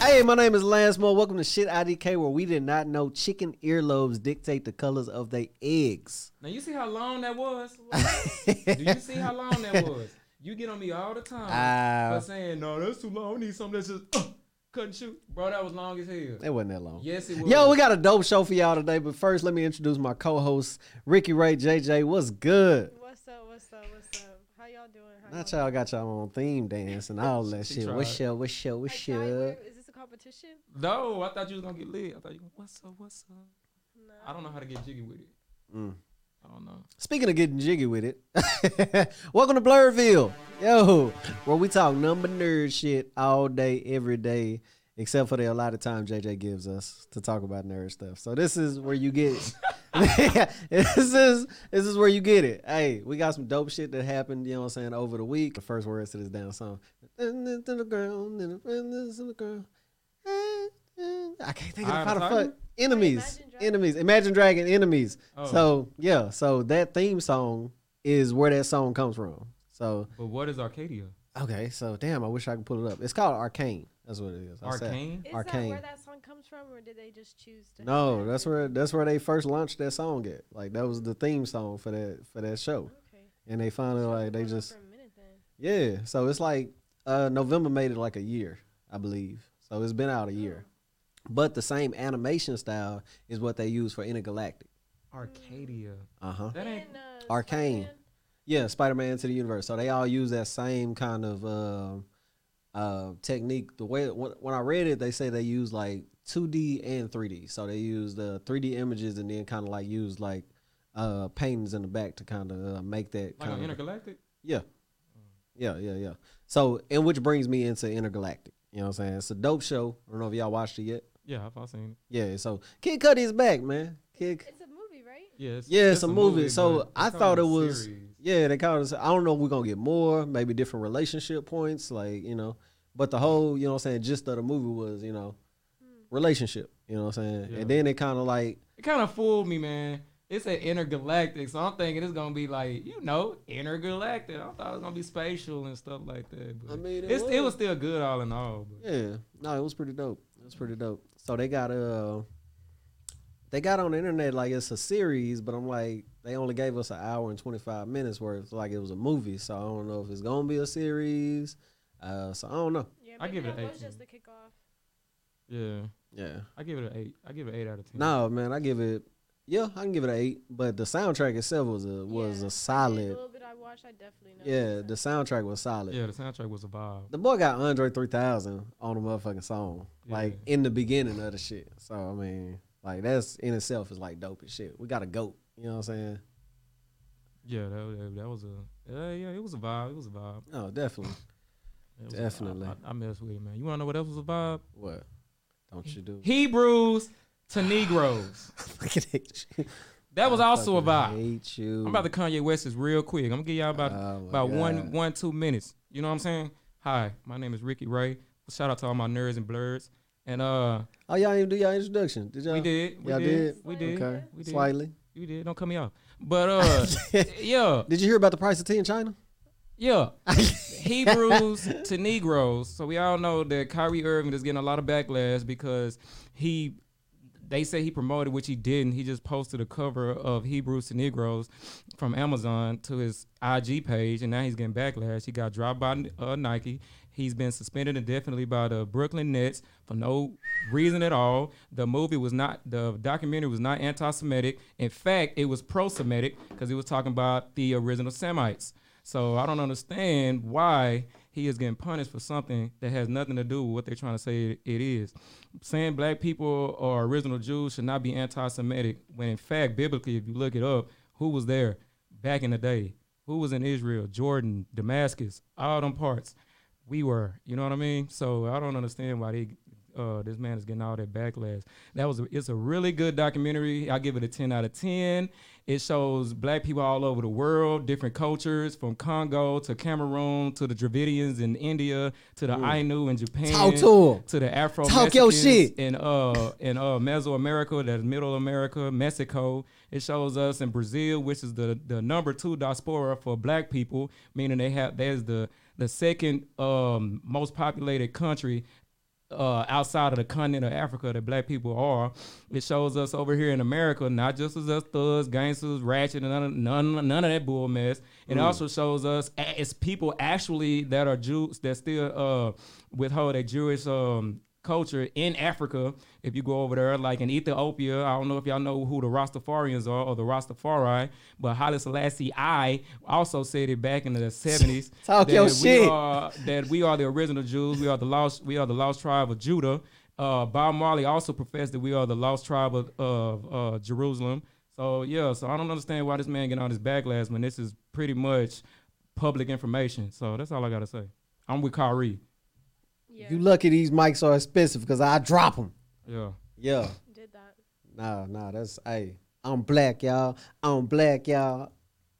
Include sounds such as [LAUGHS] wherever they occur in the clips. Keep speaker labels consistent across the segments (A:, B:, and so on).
A: Hey, my name is Lance Moore. Welcome to Shit IDK, where we did not know chicken earlobes dictate the colors of their eggs.
B: Now you see how long
A: [LAUGHS]
B: that was. Do you see how long that was? You get on me all the time
A: Ah.
B: for saying no, that's too long. I need something that's just uh, cut and shoot, bro. That was long as hell.
A: It wasn't that long.
B: Yes, it was.
A: Yo, we got a dope show for y'all today, but first let me introduce my co-host, Ricky Ray JJ. What's good?
C: What's up? What's up? What's up? How y'all doing? How
A: Not y'all got y'all own theme dance and all that
B: [LAUGHS] She
A: shit.
B: tried.
A: What's up? What's up? What's
C: Hey, Ty,
A: up?
C: where- Is this a competition?
B: no. I thought you was gonna get lit. I thought you gonna what's up, what's up.
C: No.
B: I don't know how to get jiggy with it.
A: Mm.
B: I don't know.
A: Speaking of getting jiggy with it, [LAUGHS] welcome to Blurville. Yo, where we talk number nerd shit all day, every day, except for the a lot of time JJ gives us to talk about nerd stuff. So this is where you get [LAUGHS] this is this is where you get it. Hey, we got some dope shit that happened, you know what I'm saying, over the week. The first words to this damn song. And this in the ground, and the friend is in the ground. I can't think of
B: Iron
A: how the
B: Titan?
A: fuck. Enemies.
C: Imagine Dragon-
A: Enemies. Imagine Dragon enemies.
B: Oh.
A: So yeah, so that theme song is where that song comes from. So
B: But what is Arcadia?
A: okay, so damn, I wish I could pull it up. It's called Arcane. That's what it is. I said-
B: Arcane.
C: Is that
A: Arcane.
C: where that song comes from, or did they just choose to? have
A: No,
C: that?
A: that's where that's where they first launched that song at. Like that was the theme song for that for that show.
C: Okay.
A: And they finally
C: So we've
A: like
C: been
A: they
C: going on
A: just
C: For a minute then.
A: yeah. So it's like uh November made it like a year, I believe. So it's been out a year. But the same animation style is what they use for Intergalactic.
B: Arcadia.
A: Uh huh.
B: That ain't.
C: And, uh,
A: Arcane.
C: Spider-Man?
A: Yeah, Spider Man into the universe. So they all use that same kind of um uh, technique. The way when, when I read it, they say they use like 2D and 3D. So they use the 3D images and then kind of like use like uh, paintings in the back to kind of uh, make that
B: Like
A: kind
B: an
A: of
B: intergalactic?
A: yeah. Yeah, yeah, yeah. So, and which brings me into Intergalactic. You know what I'm saying? It's a dope show. I don't know if y'all watched it yet.
B: Yeah, I've all seen
A: Yeah, so Kid Cudi is back, man. Kid
C: It's a movie, right?
B: it. Yeah, it's,
A: Yeah, it's a movie.
B: but
A: So,
B: it's
A: I
B: called
A: thought
B: a
A: it was-
B: series.
A: Yeah, they kind of. I don't know. if We're gonna get more, maybe different relationship points, like you know. But the whole, you know, what I'm saying, gist of the movie was, you know, relationship. You know what I'm saying.
B: Yeah.
A: And then it kind of like,
B: It kind of fooled me, man. It said intergalactic, so I'm thinking it's gonna be like you know intergalactic. I thought it was gonna be spatial and stuff like that. But
A: I mean, it
B: it's, it
A: was.
B: was still good all in all. But
A: yeah, no, it was pretty dope. It was pretty dope. So they got uh, they got on the internet like it's a series, but I'm like, they only gave us an hour and 25 minutes worth, like it was a movie. So I don't know if it's gonna be a series. Uh, so I don't know.
C: Yeah.
B: I
C: maybe
B: give it
C: that
B: an
C: was
B: 18.
C: just the kickoff.
B: yeah,
A: Yeah.
B: I give it an eight. I give it eight out of ten.
A: No, man, I give it. Yeah, I can give it an eight, but the soundtrack itself was a was
C: Yeah, I
A: a
C: mean, The
A: solid.
C: little bit I watched, I definitely know.
A: Yeah, the soundtrack was solid.
B: yeah, the soundtrack was a vibe.
A: The boy got Andre 3000 on the motherfucking song, like
B: Yeah.
A: in the beginning of the shit. So I mean, like that's in itself is like dope as shit. We got a goat, you know what I'm saying?
B: Yeah, that, that, that was a yeah, yeah. It was a vibe. It was a vibe.
A: No, definitely.
B: It was
A: Definitely.
B: A vibe. I, I messed with it, man. You wanna know what else was a vibe?
A: What? Don't you do?
B: Hebrews to Negroes.
A: [LAUGHS] Fucking hate you.
B: That was
A: I
B: also a
A: fucking
B: vibe.
A: Hate you.
B: I'm about to Kanye West is real quick. I'm gonna give y'all about
A: Oh, my
B: about one
A: God.
B: one two minutes. You know what I'm saying? Hi, my name is Ricky Ray. Shout out to all my nerds and blurs. And uh,
A: Oh, y'all didn't even do y'all introduction? Did y'all?
B: we did, we
A: y'all
B: did,
A: did?
B: we
C: Slightly.
B: did,
A: Okay.
B: we did,
A: Slightly.
B: you did. Don't cut me off.
A: [LAUGHS]
B: But uh, yeah,
A: Did you hear about the price of tea in China?
B: yeah. Hebrews to Negroes. So we all know that Kyrie Irving is getting a lot of backlash because he they say he promoted, which he didn't. He just posted a cover of Hebrews to Negroes from Amazon to his IG page, and now he's getting backlash. He got dropped by uh, Nike. He's been suspended indefinitely by the Brooklyn Nets for no reason at all. The movie was not, the documentary was not anti Semitic. In fact, it was pro Semitic because it was talking about the original Semites. So I don't understand why he is getting punished for something that has nothing to do with what they're trying to say it- it is. Saying black people or original Jews should not be anti-Semitic when, in fact, biblically, if you look it up, who was there back in the day? Who was in Israel, Jordan, Damascus, all them parts? We were. You know what I mean? So I don't understand why they. Uh, this man is getting all that backlash. That was a, it's a really good documentary. I give it a ten out of ten. It shows black people all over the world, different cultures, from Congo to Cameroon to the Dravidians in India to the Ainu in Japan
A: Talk to 'em.
B: to the Afro
A: Talk your shit.
B: in uh in uh Mesoamerica, that's Middle America, Mexico. It shows us in Brazil, which is the the number two diaspora for Black people, meaning they have there's the the second um most populated country uh, outside of the continent of Africa that black people are. It shows us over here in America, not just as us thugs, gangsters, ratchet, and none, of- none, none of that bull mess. It
A: Mm.
B: also shows us a- it's people actually that are Jews that still uh, withhold a Jewish um, culture in Africa. If you go over there, like in Ethiopia, I don't know if y'all know who the Rastafarians are or the Rastafari, but Haile Selassie I also said it back in the 70s.
A: [LAUGHS] Talk your
B: that
A: shit.
B: We are, that we are the original Jews. We are the lost. We are the lost tribe of Judah. Uh, Bob Marley also professed that we are the lost tribe of, of uh, Jerusalem. So yeah, so I don't understand why this man getting all this backlash when this is pretty much public information. So that's all I gotta say. I'm with Kyrie.
C: Yeah.
A: You lucky these mics are expensive because I drop them.
B: Yeah.
A: Yeah.
C: did that.
A: Nah, nah, that's hey. I'm black, y'all. I'm black, y'all. [LAUGHS]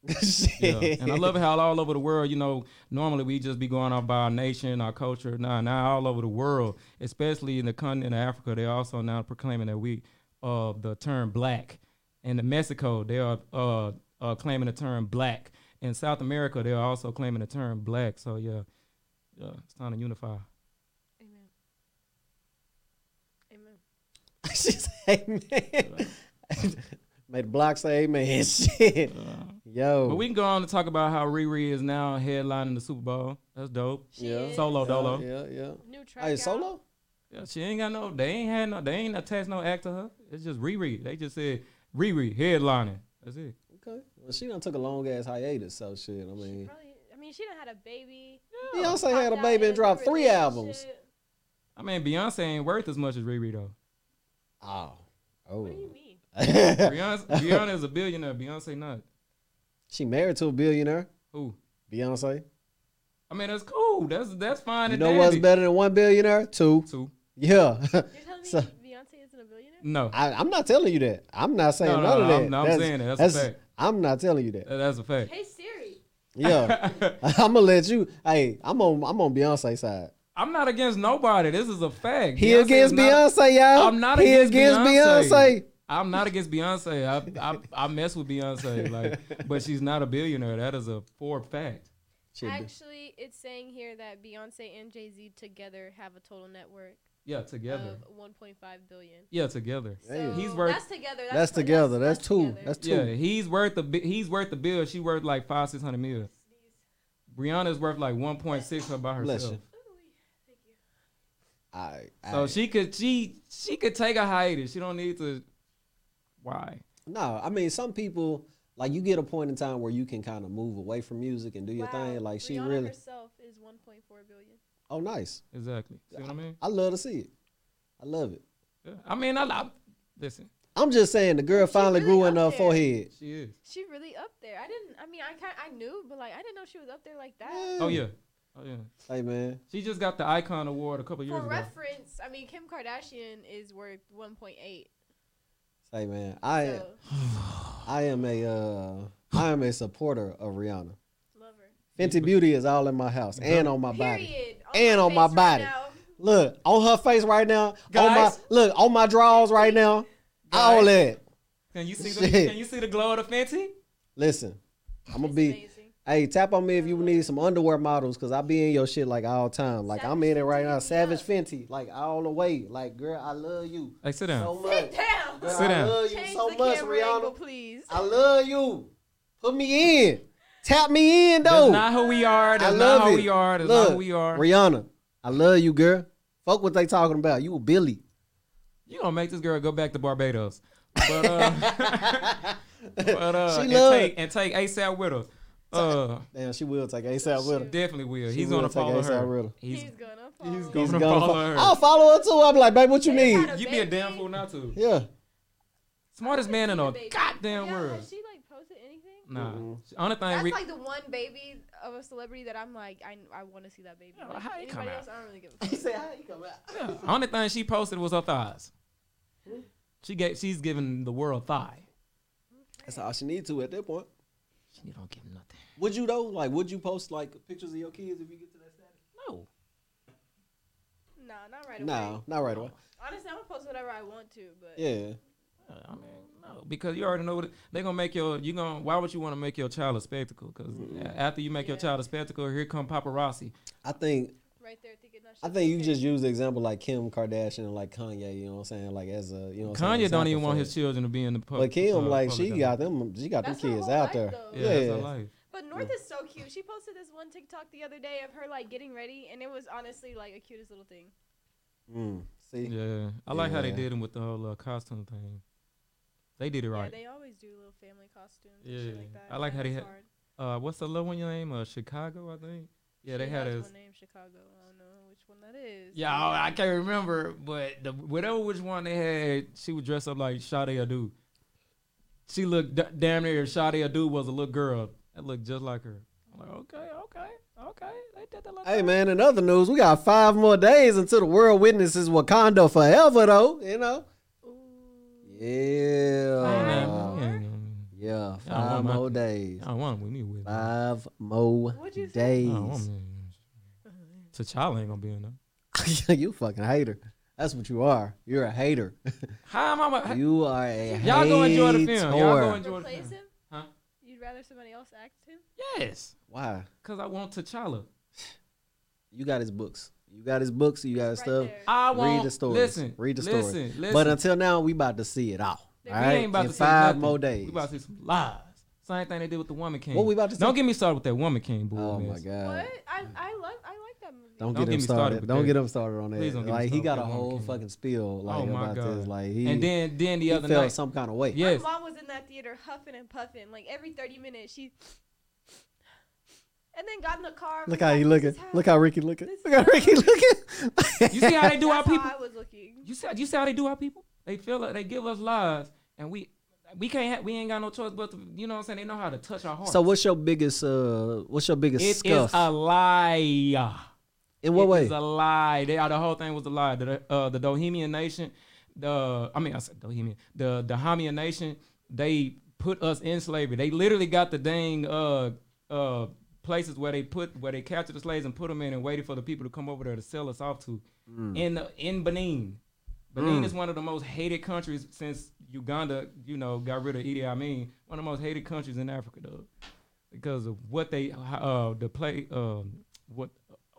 B: Yeah.
A: Shit. [LAUGHS]
B: [LAUGHS] and I love how all over the world, you know, normally we just be going off by our nation, our culture. Now, now all over the world, especially in the continent of Africa, they're also now proclaiming that we, uh, the term black. And in Mexico, they are uh, uh, claiming the term black. In South America, they are also claiming the term black. So yeah, yeah, it's time to unify.
C: Amen. Amen.
A: she said, "Amen." [LAUGHS] Made the block say amen. [LAUGHS] Shit. Yo.
B: But we can go on to talk about how Riri is now headlining the Super Bowl. That's dope.
C: She
A: Yeah.
C: is.
B: Solo dolo. Yeah.
A: Yeah, yeah.
C: New track.
A: Hey,
C: out.
A: solo?
B: she ain't got no. They ain't had no. They ain't attached no act to her. It's just Riri. They just said Riri headlining. That's it.
A: Okay. Well, she done took a long ass hiatus, so shit. I
C: She
A: mean,
C: probably. I mean, she done had a baby.
A: Beyonce had a
C: Popped out
A: baby
C: in
A: and dropped three albums.
C: relationship.
B: I mean, Beyonce ain't worth as much as Riri though.
A: Oh. Oh.
C: What do you mean?
B: Beyonce, Beyonce is a billionaire. Beyonce not.
A: [LAUGHS] she married to a billionaire,
B: Who?
A: Beyonce.
B: I mean, that's cool. That's that's fine.
A: You
B: and
A: know what's
B: dandy.
A: better than one billionaire? Two.
B: Two.
A: Yeah. [LAUGHS]
C: You're telling me
A: So-
C: Beyonce isn't a billionaire?
B: No,
A: I, I'm not telling you that. I'm not saying
B: No, no,
A: none of
B: no,
A: that.
B: I'm- I'm saying that. That's a fact.
A: I'm not telling you that.
B: that- that's a fact.
C: Hey Siri.
A: Yeah. [LAUGHS] I'm gonna let you. Hey, I'm on. I'm on Beyonce's side.
B: [LAUGHS] I'm not against nobody. This is a fact.
A: He
B: Beyonce
A: against
B: is not-
A: Beyonce, y'all.
B: I'm not
A: He
B: against, Beyonce.
A: Beyonce.
B: I'm not against Beyonce. I, I I mess with Beyonce, like, but she's not a billionaire. That is a for fact.
A: Shit,
C: Actually, it's saying here that Beyonce and Jay Z together have a total network
B: Yeah, together.
C: of 1.5 billion.
B: Yeah, together.
A: Hey.
C: So
B: He's worth-
C: That's together. That's,
A: That's
C: put-
A: together. That's two.
C: together.
A: That's two.
B: Yeah, he's worth the he's worth the bill. She worth like five six hundred mil. Brianna's worth like one point six by
A: Bless
B: herself.
A: you.
C: Ooh, Thank you.
A: I, I,
B: So she could she she could take a hiatus. She don't need to. Why?
A: No, I mean some people like you get a point in time where you can kind of move away from music and do your
C: Wow,
A: thing. Like she
C: Rihanna
A: really.
C: herself is 1.4 billion.
A: Oh, nice.
B: Exactly. See what I mean?
A: I love to see it. I love it.
B: Yeah. I mean, I, I listen.
A: I'm just saying the girl finally
C: really
A: grew in her
C: up there.
A: forehead.
B: She is.
C: She really up there. I didn't. I mean, I kind I knew, but like I didn't know she was up there like that.
A: Yeah.
B: Oh yeah. Oh yeah.
A: Hey man,
B: She just got the Icon Award a couple
C: For
B: years ago.
C: reference, I mean Kim Kardashian is worth 1.8.
A: hey man. I
C: So
A: I am a uh, I am a supporter of Rihanna.
C: love her.
A: Fenty Beauty is all in my house and on my body.
C: Period.
A: And on my
C: face
A: body.
C: now.
A: Look on her face right now. On my
B: Guys.
A: look on my drawers right now. All
B: Guys.
A: that.
B: Can you see the
A: Shit.
B: Can you see the glow of the Fenty?
A: Listen, I'm gonna
C: It's
A: be.
C: amazing.
A: Hey, tap on me if you need some underwear models, cause I be in your shit like all time. Like I'm in it right now. Savage
C: Savage
A: Fenty, like all the way. Like girl, I love you
B: Hey, sit down.
A: so much.
C: Sit down.
A: Girl,
B: Sit
A: I
B: down.
A: love you
C: Change
A: so
C: the
A: much,
C: camera angle,
A: Rihanna.
C: please.
A: I love you. Put me in. Tap me in
B: That's
A: though.
B: not who we are.
A: I
B: That's
A: love
B: not who
A: it.
B: we are. That's
A: Look,
B: not who we are.
A: Rihanna, I love you, girl. Fuck what they talking about. You a
B: [LAUGHS]
A: Billy.
B: You gonna make this girl go back to Barbados?
A: [LAUGHS]
B: But uh, [LAUGHS] but uh,
A: She
B: and
A: love-
B: take and take ASAP with her. Uh,
A: Damn, she will take ASAP with her.
B: definitely will.
A: She
B: He's
A: will
B: gonna
A: take
B: follow
A: A$AP
B: her.
A: Riddle.
B: He's,
C: He's gonna follow.
B: he's
A: He's
B: gonna
A: gonna
B: follow
A: fo-
B: her.
A: I'll follow her too. I'm like, babe, what you
C: They
A: need? [LAUGHS]
C: got
B: you be a
C: baby.
B: damn fool not to.
A: Yeah.
B: Smartest man in a
C: Baby.
B: goddamn
C: Yeah,
B: world.
C: Has she like posted anything?
B: Nah.
A: Mm-mm.
B: Only thing.
C: That's
B: Ri-
C: like the one baby of a celebrity that I'm like, I, I want to see that baby.
B: Yeah,
C: Like,
B: how he come
C: anybody
B: out?
C: else, I don't really give a
A: He
C: fuck.
A: said, how you come out? [LAUGHS]
B: yeah, [LAUGHS] only thing she posted was her thighs. She gave. She's giving the world thigh.
A: That's all she need to at that point.
B: She don't give nothing.
A: Would you though? Like, would you post like pictures of your kids if you get to that status?
B: No.
C: No, not right away.
A: No, not right away. Oh,
C: Honestly, I'm gonna post whatever I want to, but
A: Yeah,
B: Uh, I mean, no, because you already know what they're gonna make your. You gonna why would you want to
A: Mm-hmm.
B: make your child a spectacle? Because after you make your
C: Yeah.
B: child a spectacle, here come paparazzi.
A: I think
C: right there thinking that
A: I
C: shit's
A: think you
C: okay.
A: just use the example like Kim Kardashian and like Kanye. You know what I'm saying? Like as a you know. what I'm saying,
B: Kanye don't
A: example
B: even want
A: for
B: his
A: it.
B: children to be in the pub- uh,
A: But
B: public.
A: Kim, like she
B: eye.
A: got them, she got
C: That's
A: them
C: her
A: kids
C: whole
A: out
C: life,
A: there.
C: though.
B: Yeah, that's her
A: Yeah.
B: life.
C: But North is so cute. She posted this one TikTok the other day of her like getting ready, and it was honestly like the cutest little thing.
A: Mm, see,
B: Yeah, I like how they
A: Yeah.
B: did him with the whole uh, costume thing. They did it
C: Yeah,
B: right.
C: they always do little family costumes. and shit like
B: Yeah,
C: that.
B: I like how they
C: That's
B: had-
C: hard.
B: Uh, what's the little one your name? Uh, Chicago, I think. Yeah, they
C: She
B: had
C: has
B: a.
C: one named Chicago. I don't know which one that is.
B: Yeah, I I can't remember, but the, whatever which one they had, she would dress up like Sade Adu. She looked d- damn near. Sade Adu was a little girl that looked just like her. I'm like, okay, okay, okay. They did that. little
A: Hey
B: thing.
A: man, in other news, we got five more days until the world witnesses Wakanda forever though, you know?
C: Ooh.
B: Hey, Oh, man,
A: Yeah.
C: Five.
B: we ain't gonna-
A: Yeah,
B: I don't
A: five
B: want my-
A: more days.
B: I don't want him with me with. me. I
A: Five more
C: What'd you say?
B: don't want
A: days.
B: him
C: [LAUGHS]
B: with me. T'Challa ain't gonna be in
A: [LAUGHS]
B: there.
A: you fucking hater. That's what you are. You're a hater.
B: How am I? How,
A: You are a
B: Y'all go enjoy the film. Y'all go
A: hater.
B: enjoy the
C: Replace
B: film.
C: him?
B: Huh?
C: You'd rather somebody else act him?
B: Yes,
A: Why?
B: cause I want T'Challa.
A: You got his books. You got his books. You got his
C: Right
A: stuff.
C: there.
B: I
A: Read
B: want
A: the stories.
B: Listen,
A: Read the
B: listen,
A: stories.
B: Listen,
A: But uh, until now, we about to see it all.
C: We
A: all
B: we
A: right?
B: ain't about
A: in
B: to see
A: five
B: nothing.
A: more days.
B: We about to see some lies. Same thing they did with the Woman King.
A: What we about to see?
B: Don't get me started with that Woman King bull.
A: oh my
B: mess.
A: god.
C: What? I, I love I like that movie.
A: Don't,
B: Don't
A: get
B: get
A: him
B: me
A: started.
B: started with
A: don't
B: that.
A: get him started on
B: Please
A: that.
B: don't get me
A: Like he
B: started
A: got a
B: with that
A: whole
B: monkey.
A: fucking spiel like
B: Oh my
A: about
B: God.
A: this. Like he,
B: And then, then the
A: he
B: other
A: felt
B: night.
A: some kind of way.
B: yes.
C: My mom was in that theater huffing and puffing. Like every 30 minutes, she. And then got in the car.
A: Look
C: was
A: how he
C: like,
A: looking.
C: "This is
A: Look how Ricky looking.
C: this
A: Look how Ricky looking. [LAUGHS]
B: You see how they do our
C: That's
B: people?
C: How I was looking.
B: You see, you see how they do our people? They feel it. They give us lies, and we we can't. Ha- we ain't got no choice but to, you know what I'm saying. They know how to touch our hearts.
A: so what's your biggest? uh What's your biggest
B: It
A: scuff?
B: is a lie.
A: In what
B: It
A: way?
B: is a lie. They, uh, the whole thing was a lie. The uh, the Bohemian Nation, the I mean I said Bohemian, the the Hamian Nation, they put us in slavery. They literally got the dang uh uh places where they put where they captured the slaves and put them in and waited for the people to come over there to sell us off to in the, in Benin. Benin is one of the most hated countries since Uganda, you know, got rid of Idi Amin. One of the most hated countries in Africa, though because of what they uh the play um what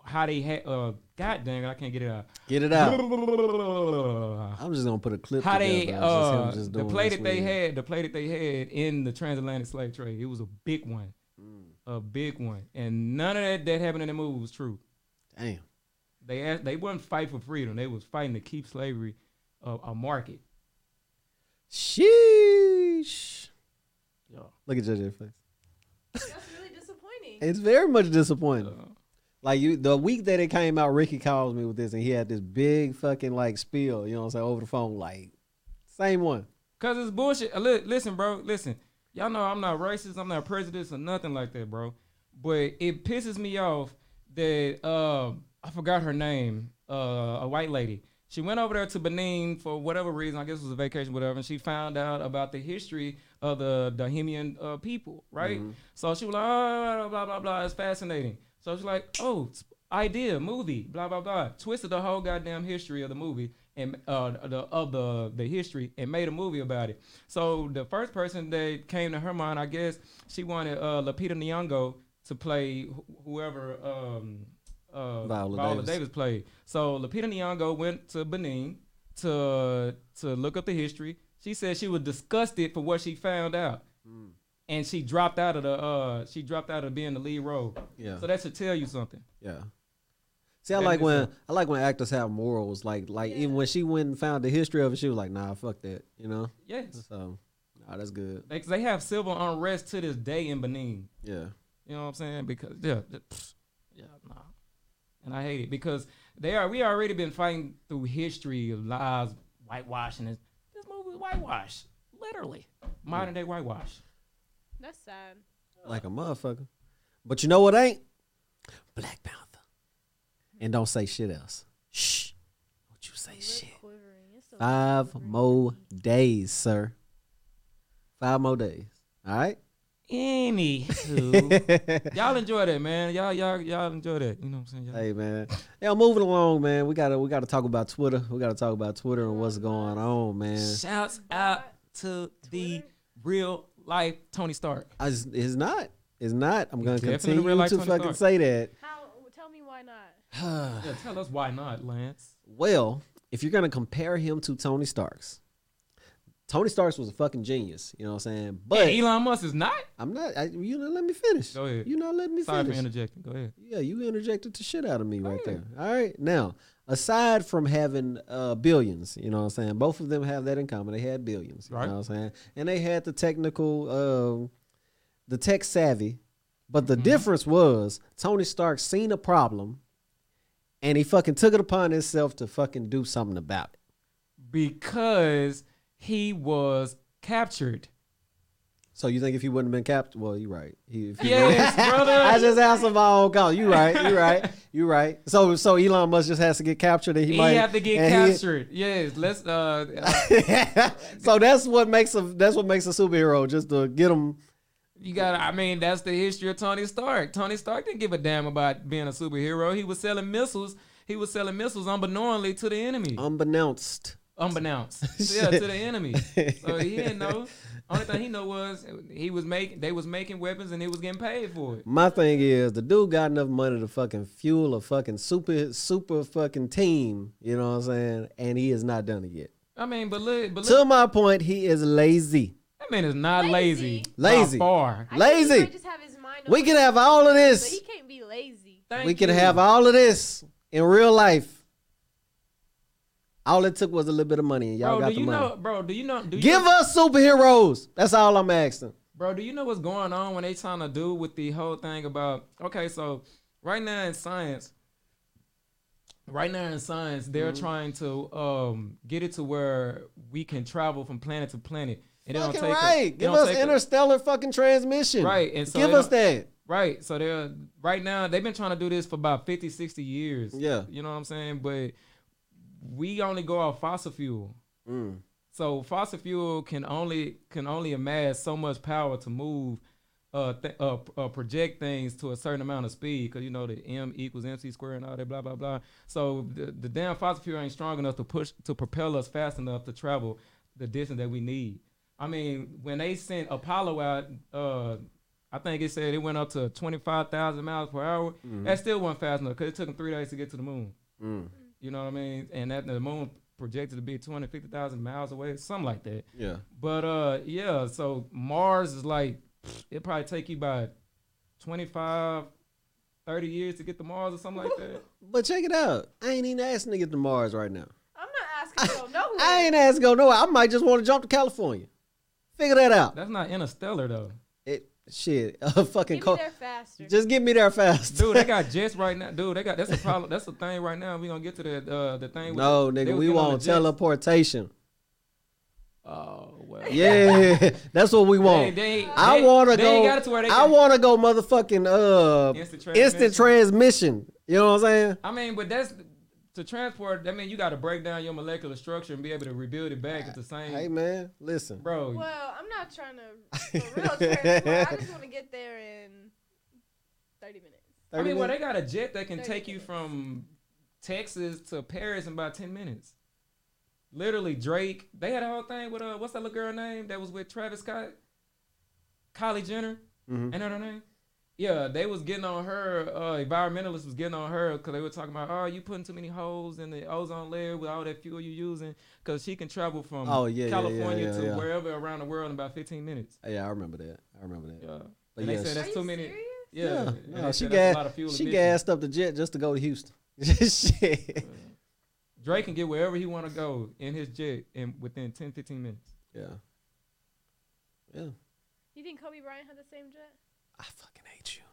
B: how they had uh god dang it I can't get it out
A: Get it out.
B: [LAUGHS] how
A: I'm just gonna put a clip.
B: they
A: together. of
B: uh
A: just him just
B: the
A: doing
B: play
A: this
B: that they
A: weird-
B: had the play that they had in the transatlantic slave trade it was a big one a big one and none of that that happened in the movie was true
A: Damn.
B: they asked, they weren't fight for freedom they was fighting to keep slavery uh, a market
A: Sheesh.
B: yeah
A: Look at JJ face.
C: That's really disappointing.
A: It's very much disappointing.
B: Uh,
A: Like you, the week that it came out, Ricky calls me with this, and he had this big fucking like spiel. You know what I'm saying over the phone, like same one.
B: Cause it's bullshit. Uh, li- Listen, bro. Listen, y'all know I'm not racist. I'm not prejudiced or nothing like that, bro. But it pisses me off that um I forgot her name. Uh, a white lady. She went over there to Benin for whatever reason. I guess it was a vacation, whatever. And she found out about the history of the Bohemian uh, people, right? So she was like, oh, blah blah blah. It's fascinating. So she's like, oh, it's idea, movie, blah blah blah. Twisted the whole goddamn history of the movie and uh, the of the the history and made a movie about it. So the first person that came to her mind, I guess, she wanted uh, Lupita Nyong'o to play wh- whoever um, uh,
A: Viola
B: Viola,
A: Davis.
B: Davis. played. So Lupita Nyong'o went to Benin to to look up the history. She said she was disgusted for what she found out. And she dropped out of the uh she dropped out of being the lead role.
A: Yeah.
B: So that should tell you something.
A: Yeah. See, I
B: That
A: like
B: makes
A: when
B: sense.
A: I like when actors have morals. Like, like even when she went and found the history of it, she was like, "Nah, fuck that," you know.
B: Yes.
A: So, nah, that's good.
B: Like, 'cause they have civil unrest to this day in Benin.
A: Yeah.
B: You know what I'm saying? Because yeah, that- pfft, yeah, nah. And I hate it because they are we already been fighting through history of lies, whitewashing. This, this movie is whitewash, literally modern day whitewash.
C: That's sad.
A: Like a motherfucker. But you know what ain't? Black Panther. And don't say shit else. Shh. Don't you say shit.
C: Lip quivering. It's so
A: Five
C: quivering.
A: more days, sir. Five more days. All right. [LAUGHS]
B: Anywho, [LAUGHS] y'all enjoy that, man. Y'all y'all y'all enjoy that. You know what I'm saying? Y'all-
A: Hey man, yeah, moving along, man. We gotta we gotta talk about Twitter. We gotta talk about Twitter and what's going on, man.
B: Shouts out to the real life Tony Stark.
A: I just, it's not. It's not. I'm gonna
B: Definitely
A: continue
B: real life
A: to
B: Tony
A: fucking
B: Stark.
A: say that
C: How? Tell me why not.
B: Yeah, tell us why not, Lance.
A: [SIGHS] Well, if you're gonna compare him to Tony Stark's, Tony Stark's was a fucking genius. You know what I'm saying? But
B: Yeah, Elon Musk is not.
A: I'm not. I, you know, let me finish.
B: Go ahead.
A: You know, let me
B: Sorry for
A: finish.
B: interjecting. Go ahead.
A: Yeah, you interjected the shit out of me right there. All right. Now, aside from having uh, billions, you know what I'm saying? Both of them have that in common. They had billions. You
B: Right.
A: know what I'm saying? And they had the technical, uh, the tech savvy. But the difference was Tony Stark seen a problem and he fucking took it upon himself to fucking do something about it.
B: Because he was captured.
A: So you think if he wouldn't have been capped, well, you're right. He, if he [LAUGHS]
B: Yes,
A: I
B: brother.
A: just asked him all call. You right, you right, you right. So so Elon Musk just has to get captured and he,
B: He
A: might
B: had to get
A: and he-
B: captured. Yes, let's. Uh, uh,
A: [LAUGHS]
B: [LAUGHS]
A: so that's what makes a that's what makes a superhero just to get him.
B: you got. I mean, that's the history of Tony Stark. Tony Stark didn't give a damn about being a superhero. He was selling missiles. He was selling missiles unbeknownly to the enemy.
A: Oh. unbeknownst. [LAUGHS]
B: unbeknownst. yeah, to the enemy. So he didn't know. Only thing he know was he was making they was making weapons and he was getting paid for it.
A: My thing is the dude got enough money to fucking fuel a fucking super super fucking team. You know what I'm saying? And he has not done it yet.
B: I mean, but look, but
A: To
B: look,
A: my point, he is lazy.
B: that man is not lazy.
C: Lazy.
A: Lazy.
B: By far.
C: I think he
A: Lazy.
C: might just have his mind on
A: We can have all of
C: but
A: this.
C: he can't be lazy.
B: Thank
A: We can
B: you.
A: have all of this in real life. All it took was a little bit of money, and y'all
B: Bro,
A: got
B: do
A: the
B: you
A: money.
B: know? Bro, do you know? Do you
A: Give
B: know,
A: us superheroes. That's all I'm asking.
B: Bro, do you know what's going on when they trying to do with the whole thing about? Okay, so right now in science, right now in science, they're
A: Mm-hmm.
B: trying to um get it to where we can travel from planet to planet. And it don't
A: Fucking
B: take a-
A: right.
B: it
A: Give
B: don't
A: us
B: take a-
A: interstellar fucking transmission.
B: Right, and so
A: give
B: they
A: us that.
B: Right. So they're right now they've been trying to do this for about 50, 60 years.
A: Yeah.
B: You know what I'm saying? But we only go off fossil fuel. So fossil fuel can only can only amass so much power to move uh, th- uh, uh project things to a certain amount of speed because you know the m equals mc squared and all that blah blah blah. So the, the damn fossil fuel ain't strong enough to push to propel us fast enough to travel the distance that we need. I mean, when they sent Apollo out, uh, I think it said it went up to twenty five thousand miles per hour. That still wasn't fast enough because it took them three days to get to the moon. You know what I mean? And that the moon projected to be 250,000 miles away, something like that.
A: Yeah.
B: But uh, yeah, so Mars is like it probably take you about 25, 30 years to get to Mars or something like [LAUGHS] that.
A: But check it out. I ain't even asking to get to Mars right now.
C: I'm not asking to go nowhere.
A: I ain't asking to go nowhere. I might just want to jump to California. Figure that out.
B: That's not interstellar though,
A: It shit. [LAUGHS] A fucking
C: Get
A: car.
C: me there faster.
A: Just get me there fast.
B: dude.
A: [LAUGHS]
B: They got jets right now, dude. They got that's a problem. That's the thing right now. We gonna get to the uh, the thing. With
A: no,
B: the- they
A: nigga,
B: was
A: we
B: getting on
A: want
B: the jets.
A: teleportation. [LAUGHS]
B: Oh well.
A: Yeah, that's what we
B: They,
A: want.
B: they,
A: I
B: they-
A: want to
B: they ain't got
A: go.
B: it to where they
A: I
B: can-
A: want to go motherfucking uh
B: Instant
A: instant
B: transmission.
A: transmission. You know what I'm saying?
B: I mean, but that's to transport. I mean, you got to break down your molecular structure and be able to rebuild it back at the same.
A: Hey man, listen.
B: bro,
C: well, I'm not trying
A: [LAUGHS]
C: to for real transport. I just want to get there in 30 minutes.
B: I
A: 30
B: mean, well,
A: minutes.
B: they got a jet that can
C: Thirty
B: take you
C: minutes.
B: from Texas to Paris in about ten minutes. Literally, Drake. They had a whole thing with uh, what's that little girl name that was with Travis Scott, Kylie Jenner.
A: Mhm.
B: I know her name. Yeah, they was getting on her. Uh, environmentalists was getting on her because they were talking about, oh, you putting too many holes in the ozone layer with all that fuel you using. Because she can travel from
A: Oh, yeah, yeah, yeah,
B: California
A: yeah,
B: to
A: yeah.
B: wherever around the world in about fifteen minutes.
A: Yeah, I remember that. I remember that.
B: Yeah,
A: But
B: and
A: yes.
B: they said
C: Are
B: that's
C: you
B: too many.
C: serious?
B: Yeah,
A: no,
B: and
A: no,
B: they
A: she
B: said that's a lot
A: gassed.
B: of fuel
A: She
B: emissions.
A: gassed up the jet just to go to Houston. [LAUGHS] Shit.
B: Drake can get wherever he want to go in his jet in within 10, 15 minutes.
A: Yeah. Yeah.
C: You think Kobe Bryant had the same jet?
A: I fucking hate you.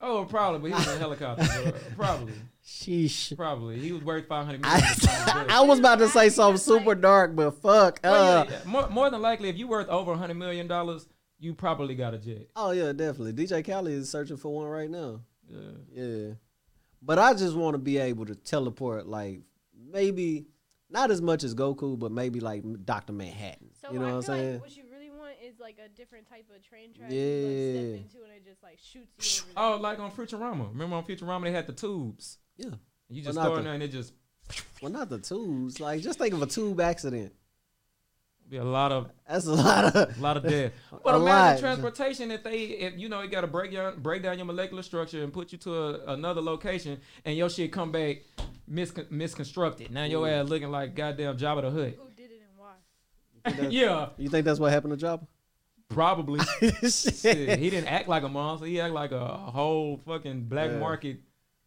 B: Oh, probably. He
A: [LAUGHS]
B: was in a helicopter. bro. Probably.
A: Sheesh.
B: Probably. He was worth 500 million.
A: I, [LAUGHS] I was about to say something super dark, but fuck. Uh,
B: Well, yeah, more, more than likely, if you worth over $100 million, you probably got a jet.
A: oh yeah, definitely. DJ Khaled is searching for one right now.
B: Yeah.
A: Yeah. But I just want to be able to teleport, like, maybe not as much as Goku, but maybe like Dr. Manhattan.
C: So
A: you know
C: I
A: what I'm
C: feel
A: saying?
C: like what you really want is like a different type of train track. You like
A: Yeah.
C: step into and it just like shoots you.
B: [LAUGHS]
C: Over
B: Oh, like on Futurama. Remember on Futurama, they had the tubes.
A: yeah.
B: You just
A: Well,
B: throw
A: not
B: in there and it just.
A: Well, not the tubes. Like, just think of a tube accident.
B: be a lot of
A: That's a lot of
B: [LAUGHS] a
A: [LAUGHS]
B: lot of death.
A: A
B: But imagine
A: lot.
B: transportation if they if you know it got to break your break down your molecular structure and put you to a, another location and your shit come back miscon- misconstructed. Now your ass looking like goddamn Jabba the Hutt.
C: Who did it and why?
A: That's-
B: [LAUGHS] yeah,
A: You think that's what happened to Jabba? [LAUGHS]
B: probably. Shit,
A: Shit.
B: he didn't act like a monster. He act like a whole fucking black
A: Yeah.
B: market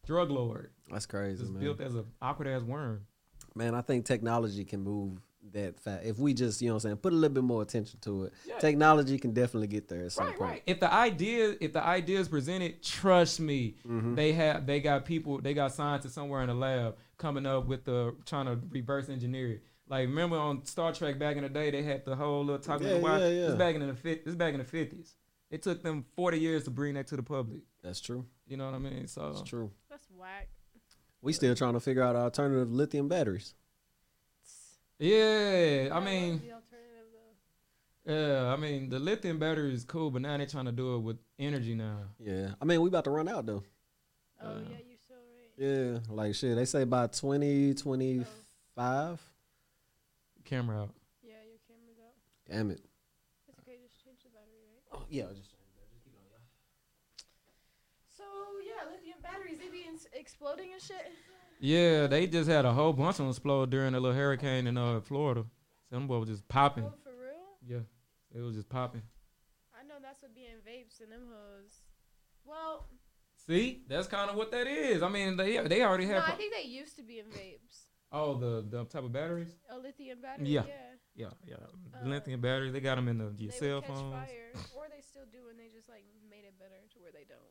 B: drug lord.
A: That's crazy,
B: Just
A: man.
B: built as a awkward ass worm.
A: Man, I think technology can move that fast. If we just, you know what I'm saying, put a little bit more attention to it.
B: Yeah.
A: Technology can definitely get there at some
B: Right,
A: point.
B: right. If the idea, if the idea is presented, trust me,
A: Mm-hmm.
B: they have, they got people, they got scientists somewhere in the lab coming up with the trying to reverse engineer it. Like remember on Star Trek back in the day, they had the whole little talk
A: Yeah,
B: about why
A: yeah, yeah.
B: it's back in the fit, it's back in the fifties. It took them forty years to bring that to the public.
A: That's true.
B: You know what I mean? So
A: That's true.
C: That's whack.
A: We still trying to figure out alternative lithium batteries.
B: yeah, I
C: love
B: mean.
C: the alternative, though.
B: Yeah, I mean the lithium battery is cool, but now they're trying to do it with energy now.
A: Yeah. I mean, we about to run out though.
C: Oh
B: Yeah.
C: yeah, you're so right.
A: Yeah. Like shit, they say by 2025.
B: Camera out.
C: Yeah, your camera's out.
A: Damn it.
C: It's okay, just change the battery, right?
A: Oh, yeah. Just,
C: So yeah, lithium batteries they be ins- exploding and shit.
B: Yeah, they just had a whole bunch of them explode during the little hurricane in uh, Florida. So them boy was just popping.
C: Oh, for real?
B: Yeah, it was just popping.
C: I know that's what being vapes and them hoes. Well,
B: See, that's kind of what that is. I mean, they they already
C: no,
B: have
C: I think they used to be in vapes.
B: oh the the type of batteries.
C: A lithium battery. Yeah.
B: Yeah. Yeah, yeah,
C: Uh,
B: lithium batteries. They got them in the your
C: they
B: cell
C: would catch
B: phones.
C: fire, or they still do, and they just like made it better to where they don't.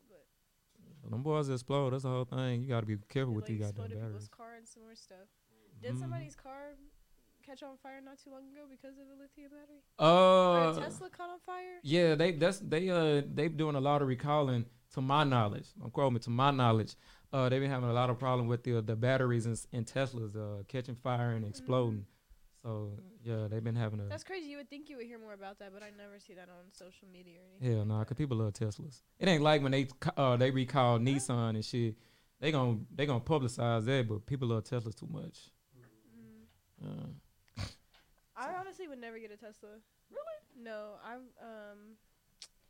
C: But
B: Them boys explode. That's the whole thing. You got to be careful
C: it,
B: with
C: like
B: these goddamn
C: exploded
B: batteries.
C: people's car and some more stuff. Did
B: Mhm.
C: somebody's car catch on fire not too long ago because of a lithium battery? or a
B: Uh,
C: Tesla caught on fire?
B: Yeah, they that's they uh they doing a lot of recalling. To my knowledge, I'm quoting me, to my knowledge, uh they've been having a lot of problem with the the batteries in, in Teslas uh catching fire and exploding. So yeah, they've been having a
C: Mm-hmm. That's crazy. You would think you would hear more about that, but I never see that on social media or anything.
B: hell no, nah, cause people love Teslas. It ain't like when they ca- uh they recall Nissan and shit. They gonna they gonna publicize that, but people love Teslas too much. Uh,
C: Mm. I honestly would never get a Tesla. Really? No, I'm um,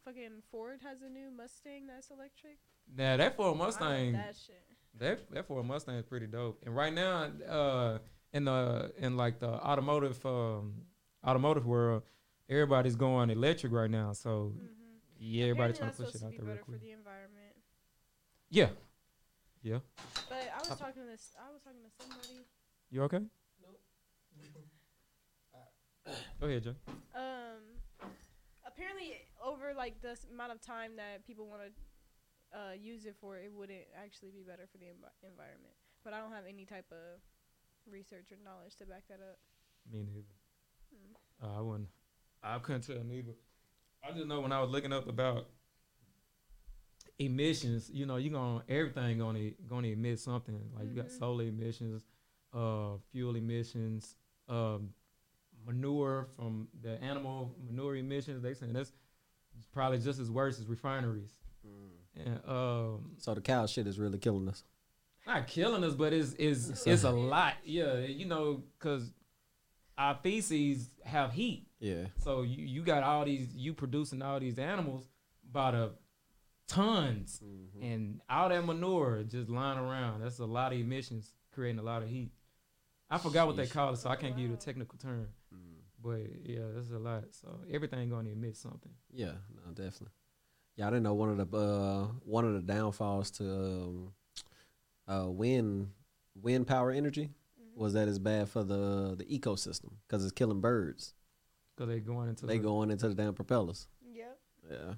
C: fucking Ford has a new Mustang that's electric.
B: now that Ford
C: I want
B: Oh, Mustang,
C: That shit.
B: That that Ford Mustang is pretty dope. And right now, uh, in the in like the automotive um, automotive world, everybody's going electric right now. So
C: Mm-hmm.
B: yeah, everybody's trying to push it out
C: be
B: there real
C: better for
B: quick.
C: the environment.
B: Yeah, yeah.
C: But I was talking to this. I was talking to somebody.
B: You okay? Go ahead, Jay.
C: Um, apparently, over like the s- amount of time that people want to uh, use it for, it wouldn't actually be better for the envi- environment. But I don't have any type of research or knowledge to back that up.
B: Me neither. Uh, I wouldn't. I couldn't tell neither. I just know when I was looking up about emissions, you know, you gonna everything gonna gonna emit something. Like you got
C: Mhm.
B: solar emissions, uh, fuel emissions, um, manure from the animal manure emissions. They saying that's probably just as worse as refineries. And um,
A: so the cow shit is really killing us.
B: not killing us, but it's it's it's a lot. Yeah, you know, cause our feces have heat.
A: Yeah.
B: So you, you got all these you producing all these animals by the tons
A: Mm-hmm.
B: and all that manure just lying around. That's a lot of emissions creating a lot of heat. I forgot what they
A: Sheesh.
B: call it, so I can't give you the
C: Wow.
B: technical term.
A: Mm-hmm.
B: But yeah, that's a lot. So everything gonna emit something.
A: Yeah, no, definitely. Yeah, I didn't know one of the uh, one of the downfalls to um, uh, wind wind power energy
C: Mm-hmm.
A: was that it's bad for the the ecosystem because it's killing birds.
B: Cause they going into
A: They
B: the,
A: going into the damn propellers.
C: Yep.
A: Yeah,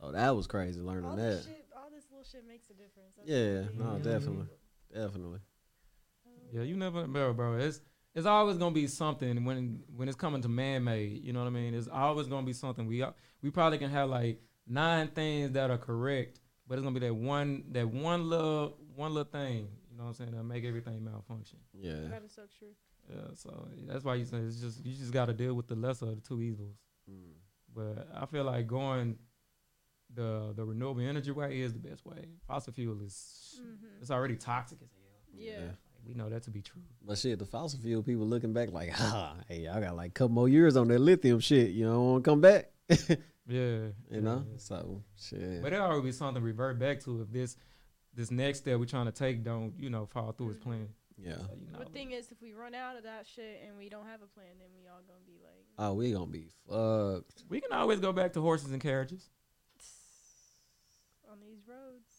A: so that was crazy learning
C: All
A: that.
C: this shit, all this little shit makes a difference. That's Um,
A: Yeah,
C: the thing.
A: no,
B: Yeah.
A: definitely, definitely.
B: Yeah, you never bro, bro. It's it's always gonna be something when when it's coming to man made. You know what I mean? It's always gonna be something. We al- we probably can have like nine things that are correct, but it's gonna be that one that one little one little thing. You know what I'm saying? That make everything malfunction.
A: Yeah,
C: That is so true.
B: Yeah, so that's why you say it's just you just gotta deal with the lesser of the two evils.
A: Mm.
B: But I feel like going the the renewable energy way is the best way. Fossil fuel is
C: Mhm.
B: it's already toxic as hell.
C: Yeah.
A: Yeah.
B: We know that to be true.
A: But shit, the fossil fuel people looking back like, [LAUGHS] ah, hey, y'all got like a couple more years on that lithium shit. You don't want to come back, [LAUGHS]
B: Yeah. yeah,
A: you know?
B: yeah.
A: So shit.
B: But there'll always be something to revert back to if this this next step we're trying to take don't, you know, fall through his plan.
A: yeah.
B: So, you know,
C: The thing is, if we run out of that shit and we don't have a plan, then we all gonna be like,
A: Oh, we gonna be fucked.
B: we can always go back to horses and carriages.
C: on these roads.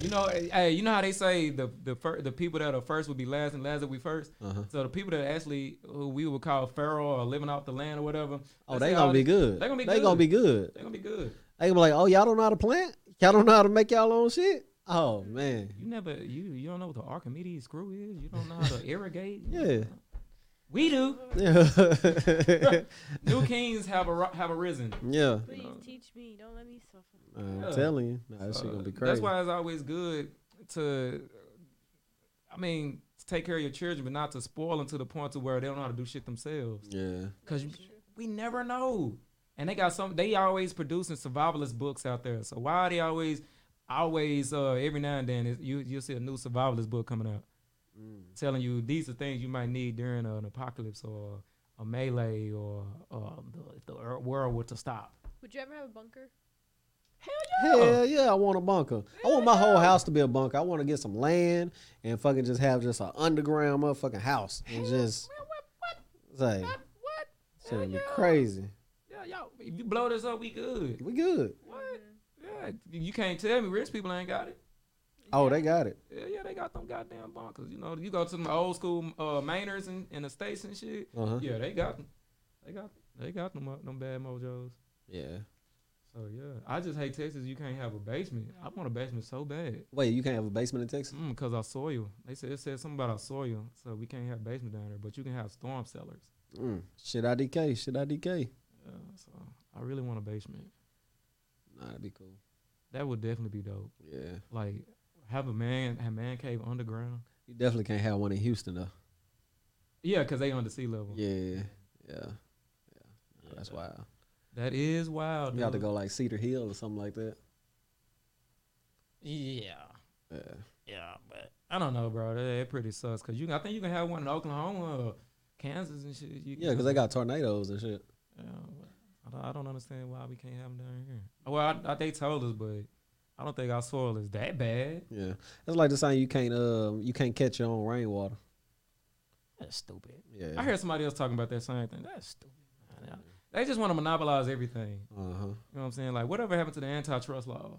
B: You know, hey, you know how they say the the fir- the people that are first will be last and last will be first.
A: Uh-huh.
B: So the people that actually who we would call feral or living off the land or whatever,
A: Oh,
B: let's say
A: they
B: all
A: gonna be
B: these-
A: good.
B: they gonna be
A: They
B: good.
A: gonna be good.
B: They gonna be good.
A: They gonna be like, oh, y'all don't know how to plant. Y'all don't know how to make y'all own shit. Oh man. [LAUGHS]
B: You never you you don't know what the Archimedes screw is. You don't know how
A: [LAUGHS]
B: to irrigate.
A: Yeah.
B: We do. [LAUGHS]
A: Yeah.
B: New kings have a have arisen.
A: yeah. Uh,
C: Please
B: know.
C: teach me. Don't let me suffer.
A: I'm
B: Yeah.
A: telling you, nah, that shit gonna be
B: Uh,
A: crazy.
B: That's why it's always good to, I mean, to take care of your children, but not to spoil them to the point to where they don't know how to do shit themselves.
A: Yeah.
B: Cause you- we never know, and they got some. They always producing survivalist books out there. So why are they always, always uh, every now and then is- you you'll see a new survivalist book coming out,
A: Mm.
B: telling you these are things you might need during an apocalypse or a melee or uh, the, if the er- world were to stop.
C: Would you ever have a bunker?
A: Hell yeah, I want a bunker. I want my whole house to be a bunker. I want to get some land and fucking just have just an underground motherfucking house and just it's like
B: What?
A: shit would be crazy.
B: Yeah, y'all. If you blow this up, we good.
A: We good.
B: What? Yeah, you can't tell me rich people ain't got it.
A: Oh, they got it.
B: Yeah, yeah, they got them goddamn bonkers. You know, you go to them old school uh, Mainers in, in the states and shit.
A: Uh huh.
B: Yeah, they got them. They got they got them uh, them bad mojos.
A: Yeah.
B: So yeah, I just hate Texas. You can't have a basement. I want a basement so bad.
A: Wait, you can't have a basement in Texas?
B: Mm, Cause our soil. They said it said something about our soil, so we can't have basement down there. But you can have storm cellars.
A: Mm. Shit IDK. Shit IDK.
B: Yeah, so I really want a basement.
A: Nah, that'd be cool.
B: That would definitely be dope.
A: Yeah.
B: Like have a man have man cave underground.
A: You definitely can't have one in Houston though.
B: Yeah, cause they under sea level.
A: Yeah. Yeah. Yeah. That's wild.
B: That is wild.
A: You have to
B: dude.
A: go like Cedar Hill or something like that.
B: Yeah,
A: Yeah.
B: yeah, but I don't know, bro. That, that pretty sucks. Cause you, I think you can have one in Oklahoma, or Kansas, and shit. You
A: Yeah, because they got tornadoes and shit.
B: Yeah, but I, don't, I don't understand why we can't have them down here. Well, I, I, they told us, but I don't think our soil is that bad.
A: Yeah. That's like the saying you can't um you can't catch your own rainwater.
B: That's stupid.
A: Yeah.
B: I heard somebody else talking about that same thing. That's stupid. man. They just want to monopolize everything.
A: Uh huh.
B: You know what I'm saying? Like, whatever happened to the antitrust law?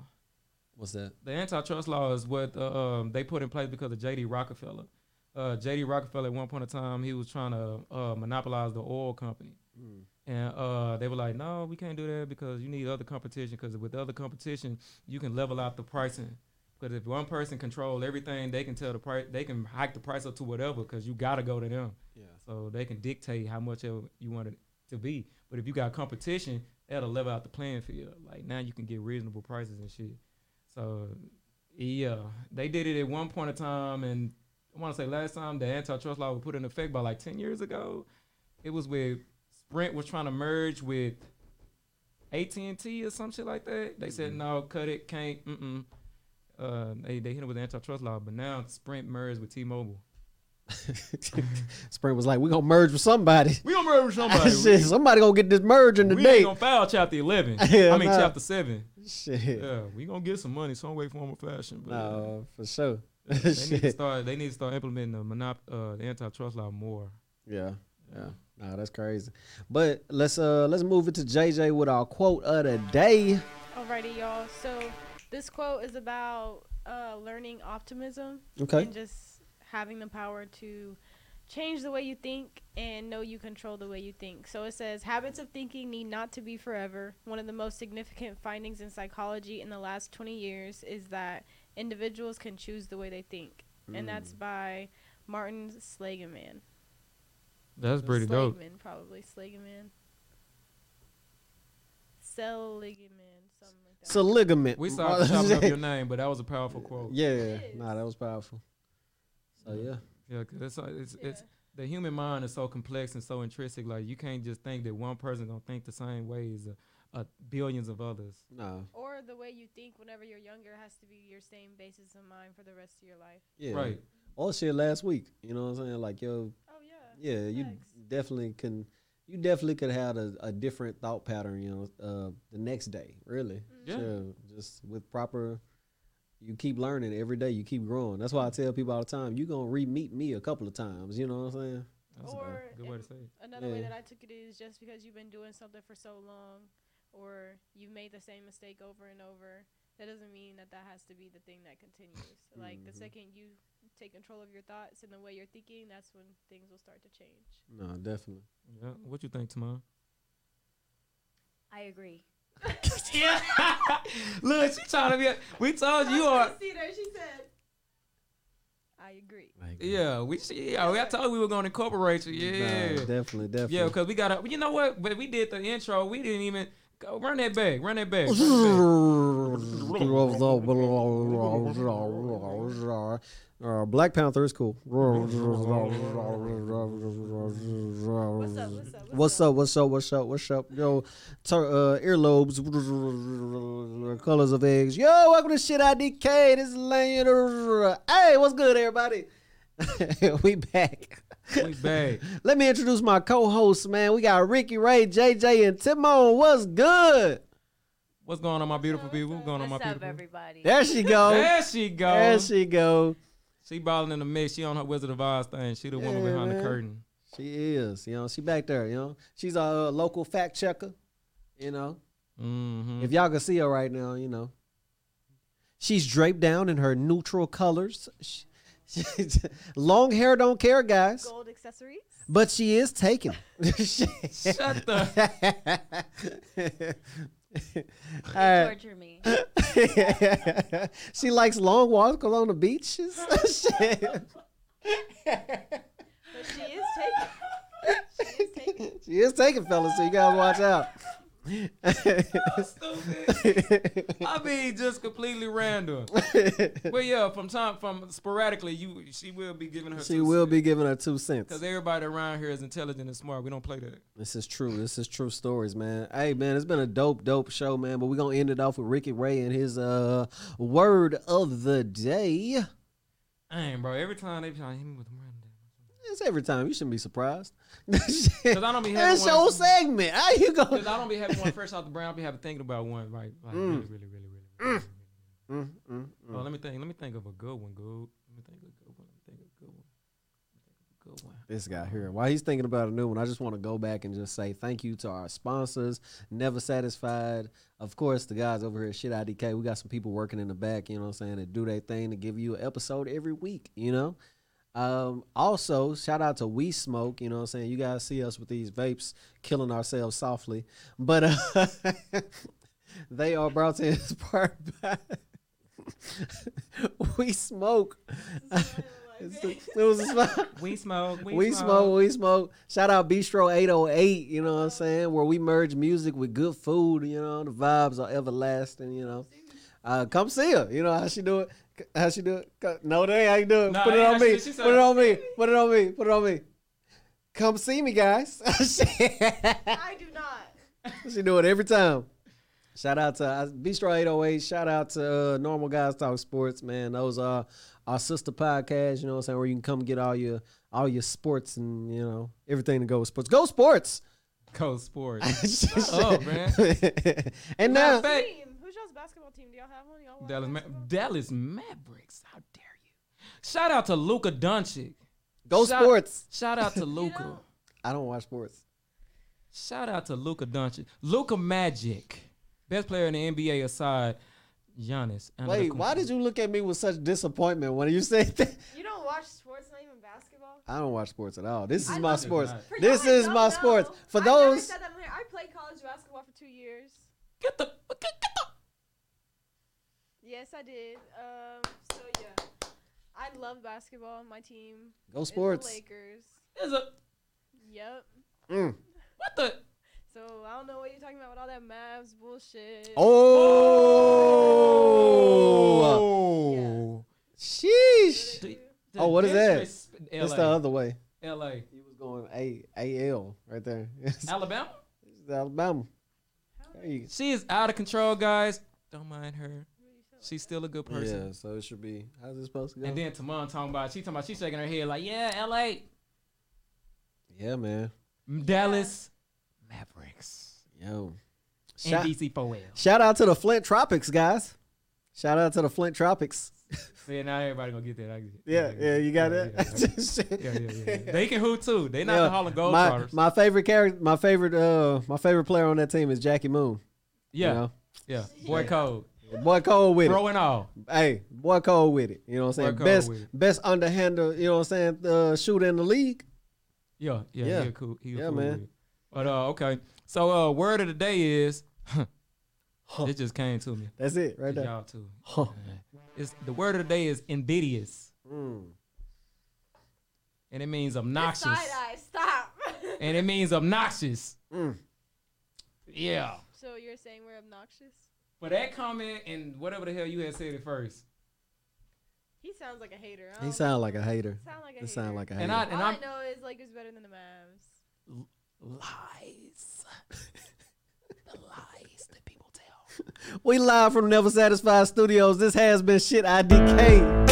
A: What's that?
B: the antitrust law is what uh, um, they put in place because of J.D. Rockefeller. Uh, J.D. Rockefeller, at one point in time, he was trying to uh, monopolize the oil company. And uh, they were like, no, we can't do that because you need other competition. Because with other competition, you can level out the pricing. Because if one person control everything, they can tell the price, they can hike the price up to whatever. Because you gotta go to them,
A: Yeah.
B: so they can dictate how much of you want it to be. But if you got competition, that'll level out the playing field. Like now, you can get reasonable prices and shit. So yeah, they did it at one point in time, and I want to say last time the antitrust law was put in effect by like ten years ago. It was with Sprint was trying to merge with AT and T or some shit like that. They said no, cut it, can't. Mm-mm. Uh, they they hit it with antitrust law, but now Sprint merged with T-Mobile.
A: [LAUGHS] Spring was like, we're gonna merge with somebody. [LAUGHS]
B: We gonna merge with somebody.
A: Shit, somebody gonna get this merge in the
B: we we ain't
A: day.
B: gonna file chapter
A: [LAUGHS]
B: eleven.
A: Hell
B: I mean
A: nah.
B: chapter seven.
A: [LAUGHS] Shit.
B: Yeah, we gonna get some money some way, form, or fashion.
A: [LAUGHS]
B: But
A: No, for sure.
B: they need to
A: Shit.
B: start. They need to start implementing the monop- uh, the antitrust law more.
A: Yeah. Yeah. Nah, that's crazy. But let's uh let's move it to JJ with our quote of the day.
C: Alrighty, y'all. So this quote is about uh, learning optimism
A: Okay.
C: and just having the power to change the way you think and know you control the way you think. So it says habits of thinking need not to be forever. One of the most significant findings in psychology in the last 20 years is that individuals can choose the way they think. And that's by Martin Slageman.
B: That's pretty dope.
C: Slageman, probably Slageman. Seligman, something like that.
A: It's a ligament. [LAUGHS]
B: We saw the chopping up your name, but that was a powerful quote. Yeah,
A: Yeah.
C: It
A: Nah, that was powerful. So yeah.
B: yeah 'cause it's, uh, it's,
C: Yeah.
B: it's the human mind is so complex and so intrinsic. Like you can't just think that one person gonna think the same way as uh, uh, billions of others.
A: No.
C: or the way you think whenever you're younger has to be your same basis of mind for the rest of your life.
A: Yeah.
B: Right.
A: or shit last week. You know what I'm saying? Like yo,
C: Oh yeah.
A: yeah, you
C: Facts.
A: definitely can. You definitely could have a, a different thought pattern. You know, uh, the next day, really.
B: Yeah.
C: Mm-hmm.
A: Sure, just with proper. You keep learning every day. You keep growing. That's why I tell people all the time. You gonna re meet me a couple of times. You know what I'm saying?
B: That's
C: Or
B: a good way to
C: if-
B: say it.
C: Another way
A: Yeah.
C: that I took it is just because you've been doing something for so long, or you've made the same mistake over and over. That doesn't mean that that has to be the thing that continues. Like the
A: Mhm.
C: second you take control of your thoughts and the way you're thinking, that's when things will start to change.
A: No, definitely.
B: Yeah. What you think, Tamon?
D: I agree.
B: yeah. [LAUGHS] Look, she trying to be. A, we told you are.
C: See there, she said. I agree.
B: Yeah. We. she- Yeah. We, I told you we were gonna incorporate you. Yeah.
A: Nah, definitely, definitely.
B: yeah. Because we got to. You know what? But we did the intro. We didn't even go, run that back. Run that back. run that back.
A: Uh, [LAUGHS] Black Panther is cool.
C: What's up? What's up?
A: What's up? What's up? What's up? What's up? Yo, tur uh, earlobes, [LAUGHS] colors of eggs. Yo, welcome to Shit IDK. This is Lane. Hey, what's good, everybody? [LAUGHS] we back. [LAUGHS]
B: We back.
A: Let me introduce my co-hosts, man. We got Ricky Ray, JJ, and Timon. What's good?
B: What's going on, my beautiful people? What's going on, my
D: What's up,
B: people?
D: everybody?
A: There she go.
B: There she go.
A: There
B: she,
A: she go.
B: balling in the mix. She on her Wizard of Oz thing. She the woman
A: Yeah,
B: behind
A: man.
B: the curtain.
A: She is. You know, she back there. You know, she's a uh, local fact checker. You know,
B: Mm-hmm.
A: if y'all can see her right now, you know, she's draped down in her neutral colors. She, [LAUGHS] long hair don't care, guys.
C: Gold accessories.
A: But she is taken. [LAUGHS]
B: Shut the.
D: You
A: All right.
D: torture me.
A: [LAUGHS] she likes long walks along the beaches. [LAUGHS] Shit.
C: But she is taking. she is taking.
A: she is taken, fellas, so you guys watch out. [LAUGHS]
B: Stupid. I mean, just completely random. Well, yeah, from time from sporadically, you she will be giving her.
A: she will be giving her two cents.
B: because everybody around here is intelligent and smart. We don't play that.
A: This is true. This is true stories, man. Hey, man, it's been a dope, dope show, man. But we're gonna end it off with Ricky Ray and his uh word of the day.
B: Dang, bro! Every time they be trying to hit me with a random.
A: It's every time. You shouldn't be surprised. [LAUGHS]
B: I don't be having
A: It's
B: one-
A: your
B: [LAUGHS]
A: segment. How you
B: Because
A: going?
B: I don't be having one fresh out the brain. I be having thinking about one like, like really, really, really, really. really, really.
A: Mm, mm,
B: Oh, let me think. Let me think of a good one. Good. Let me think of a good one. Let me think of a good one. Let me think of a Good one.
A: This guy here. While he's thinking about a new one, I just want to go back and just say thank you to our sponsors, Never Satisfied. Of course, the guys over here at Shit IDK, we got some people working in the back, you know what I'm saying, that do their thing to give you an episode every week, you know? Um, also, shout out to We Smoke, you know what I'm saying? You guys see us with these vapes killing ourselves softly. But uh, [LAUGHS] they are brought to this part by [LAUGHS] We Smoke. It's a- [LAUGHS] it was a smile
B: We smoke. We,
A: we smoke. we smoke. Shout out Bistro 808, you know what I'm saying? Where we merge music with good food, you know, the vibes are everlasting, you know. Uh, come see her. You know how she do it? C- How she do it? Co- No, they ain't do it.
B: Nah,
A: Put it
B: yeah,
A: on me.
B: she- she said-
A: Put it on me. Put it on me. Put it on me. Come see me, guys. [LAUGHS]
C: I do not.
A: She do it every time. Shout out to uh, Bistro 808. Shout out to uh, Normal Guys Talk Sports, man. Those are our sister podcast, you know what I'm saying, where you can come get all your all your sports and, you know, everything to go with sports. Go sports! [LAUGHS]
B: Cold sports.
A: oh,
B: up, man.
A: [LAUGHS] and
B: Matter
A: now,
B: of fact, Hey.
C: Team. Who's y'all's basketball team? Do y'all have one? Y'all watch
B: Dallas, Ma-
C: basketball?
B: Dallas Mavericks. How dare you? Shout out to Luka Doncic.
A: go
B: Shout-
A: sports!
B: Shout out to Luka.
C: know-
A: I don't watch sports.
B: Shout out to Luka Doncic. Luka Magic, best player in the NBA aside, Giannis.
A: Wait, why did you look at me with such disappointment when you said that? [LAUGHS]
C: You don't watch sports, not even basketball.
A: I don't watch sports at all. This is
C: I
A: my
C: love it.
A: sports.
B: For
A: This
C: y'all that
A: is
C: don't
A: my
C: know,
A: sports. For
C: I never
A: those,
C: said that on here. I played college basketball for two years.
B: get the get, get the?
C: Yes, I did. Um, so yeah, I love basketball. My team
A: go
C: is the
A: sports.
C: Lakers.
B: There's a
C: Yep.
A: Mm.
B: what the?
C: So I don't know what you're talking about with all that Mavs bullshit.
A: Oh,
B: Oh,
A: sheesh!
B: The- the
A: Oh, what is that?
B: disres- LA,
A: It's the other way.
B: LA,
A: He was going A A L right there. [LAUGHS] It's
B: Alabama.
A: Alabama. There you go.
B: She is out of control, guys. Don't mind her. She's still a good person.
A: Yeah, so it should be. How's this supposed to go?
B: And then Tamon talking about she talking about she's shaking her head like, yeah, LA,
A: yeah, man.
B: Dallas, Mavericks,
A: Yo.
B: and
A: Shout,
B: DC 4L.
A: shout out to the Flint Tropics, guys. Shout out to the Flint Tropics. [LAUGHS]
B: See, now everybody gonna get that. I get it.
A: Yeah, yeah, you got it. [LAUGHS]
B: Yeah, Yeah, yeah, yeah, yeah. They can hoot too. They not
A: Yeah,
B: the Harlem
A: [LAUGHS]
B: Gold
A: my,
B: Carters.
A: my favorite character, my favorite, uh, my favorite player on that team is Jackie Moon.
B: yeah,
A: you
B: yeah. Boy code.
A: know? boy, cold with
B: Throw and all.
A: it. Hey, boy, cold with it. You know what I'm saying?
B: Boy cold
A: best,
B: with it.
A: best underhander. You know what I'm saying? Uh, shooter in the league.
B: Yeah, yeah,
A: Yeah.
B: He a cool. He a
A: Yeah,
B: cool
A: man.
B: man. But uh, okay. So uh, word of the day is, [LAUGHS] it just came to me.
A: That's it, right
B: To
A: there.
B: y'all too. It's the word of the day is invidious,
A: Mm.
B: and it means obnoxious,
D: Side eye,
C: [LAUGHS]
D: stop.
B: and it means obnoxious.
A: Mm.
B: Yeah.
C: So you're saying we're obnoxious?
B: For that comment and whatever the hell you had said at first,
C: He sounds like a hater. I
A: He
C: don't-
A: sound like a hater.
C: sound like
A: He
C: a hater.
A: sound like a hater.
B: and I and
C: All I
B: I'm
C: know is Lakers better than the Mavs.
B: lies, the lies that people tell.
A: we live from Never Satisfied Studios. This has been Shit IDK.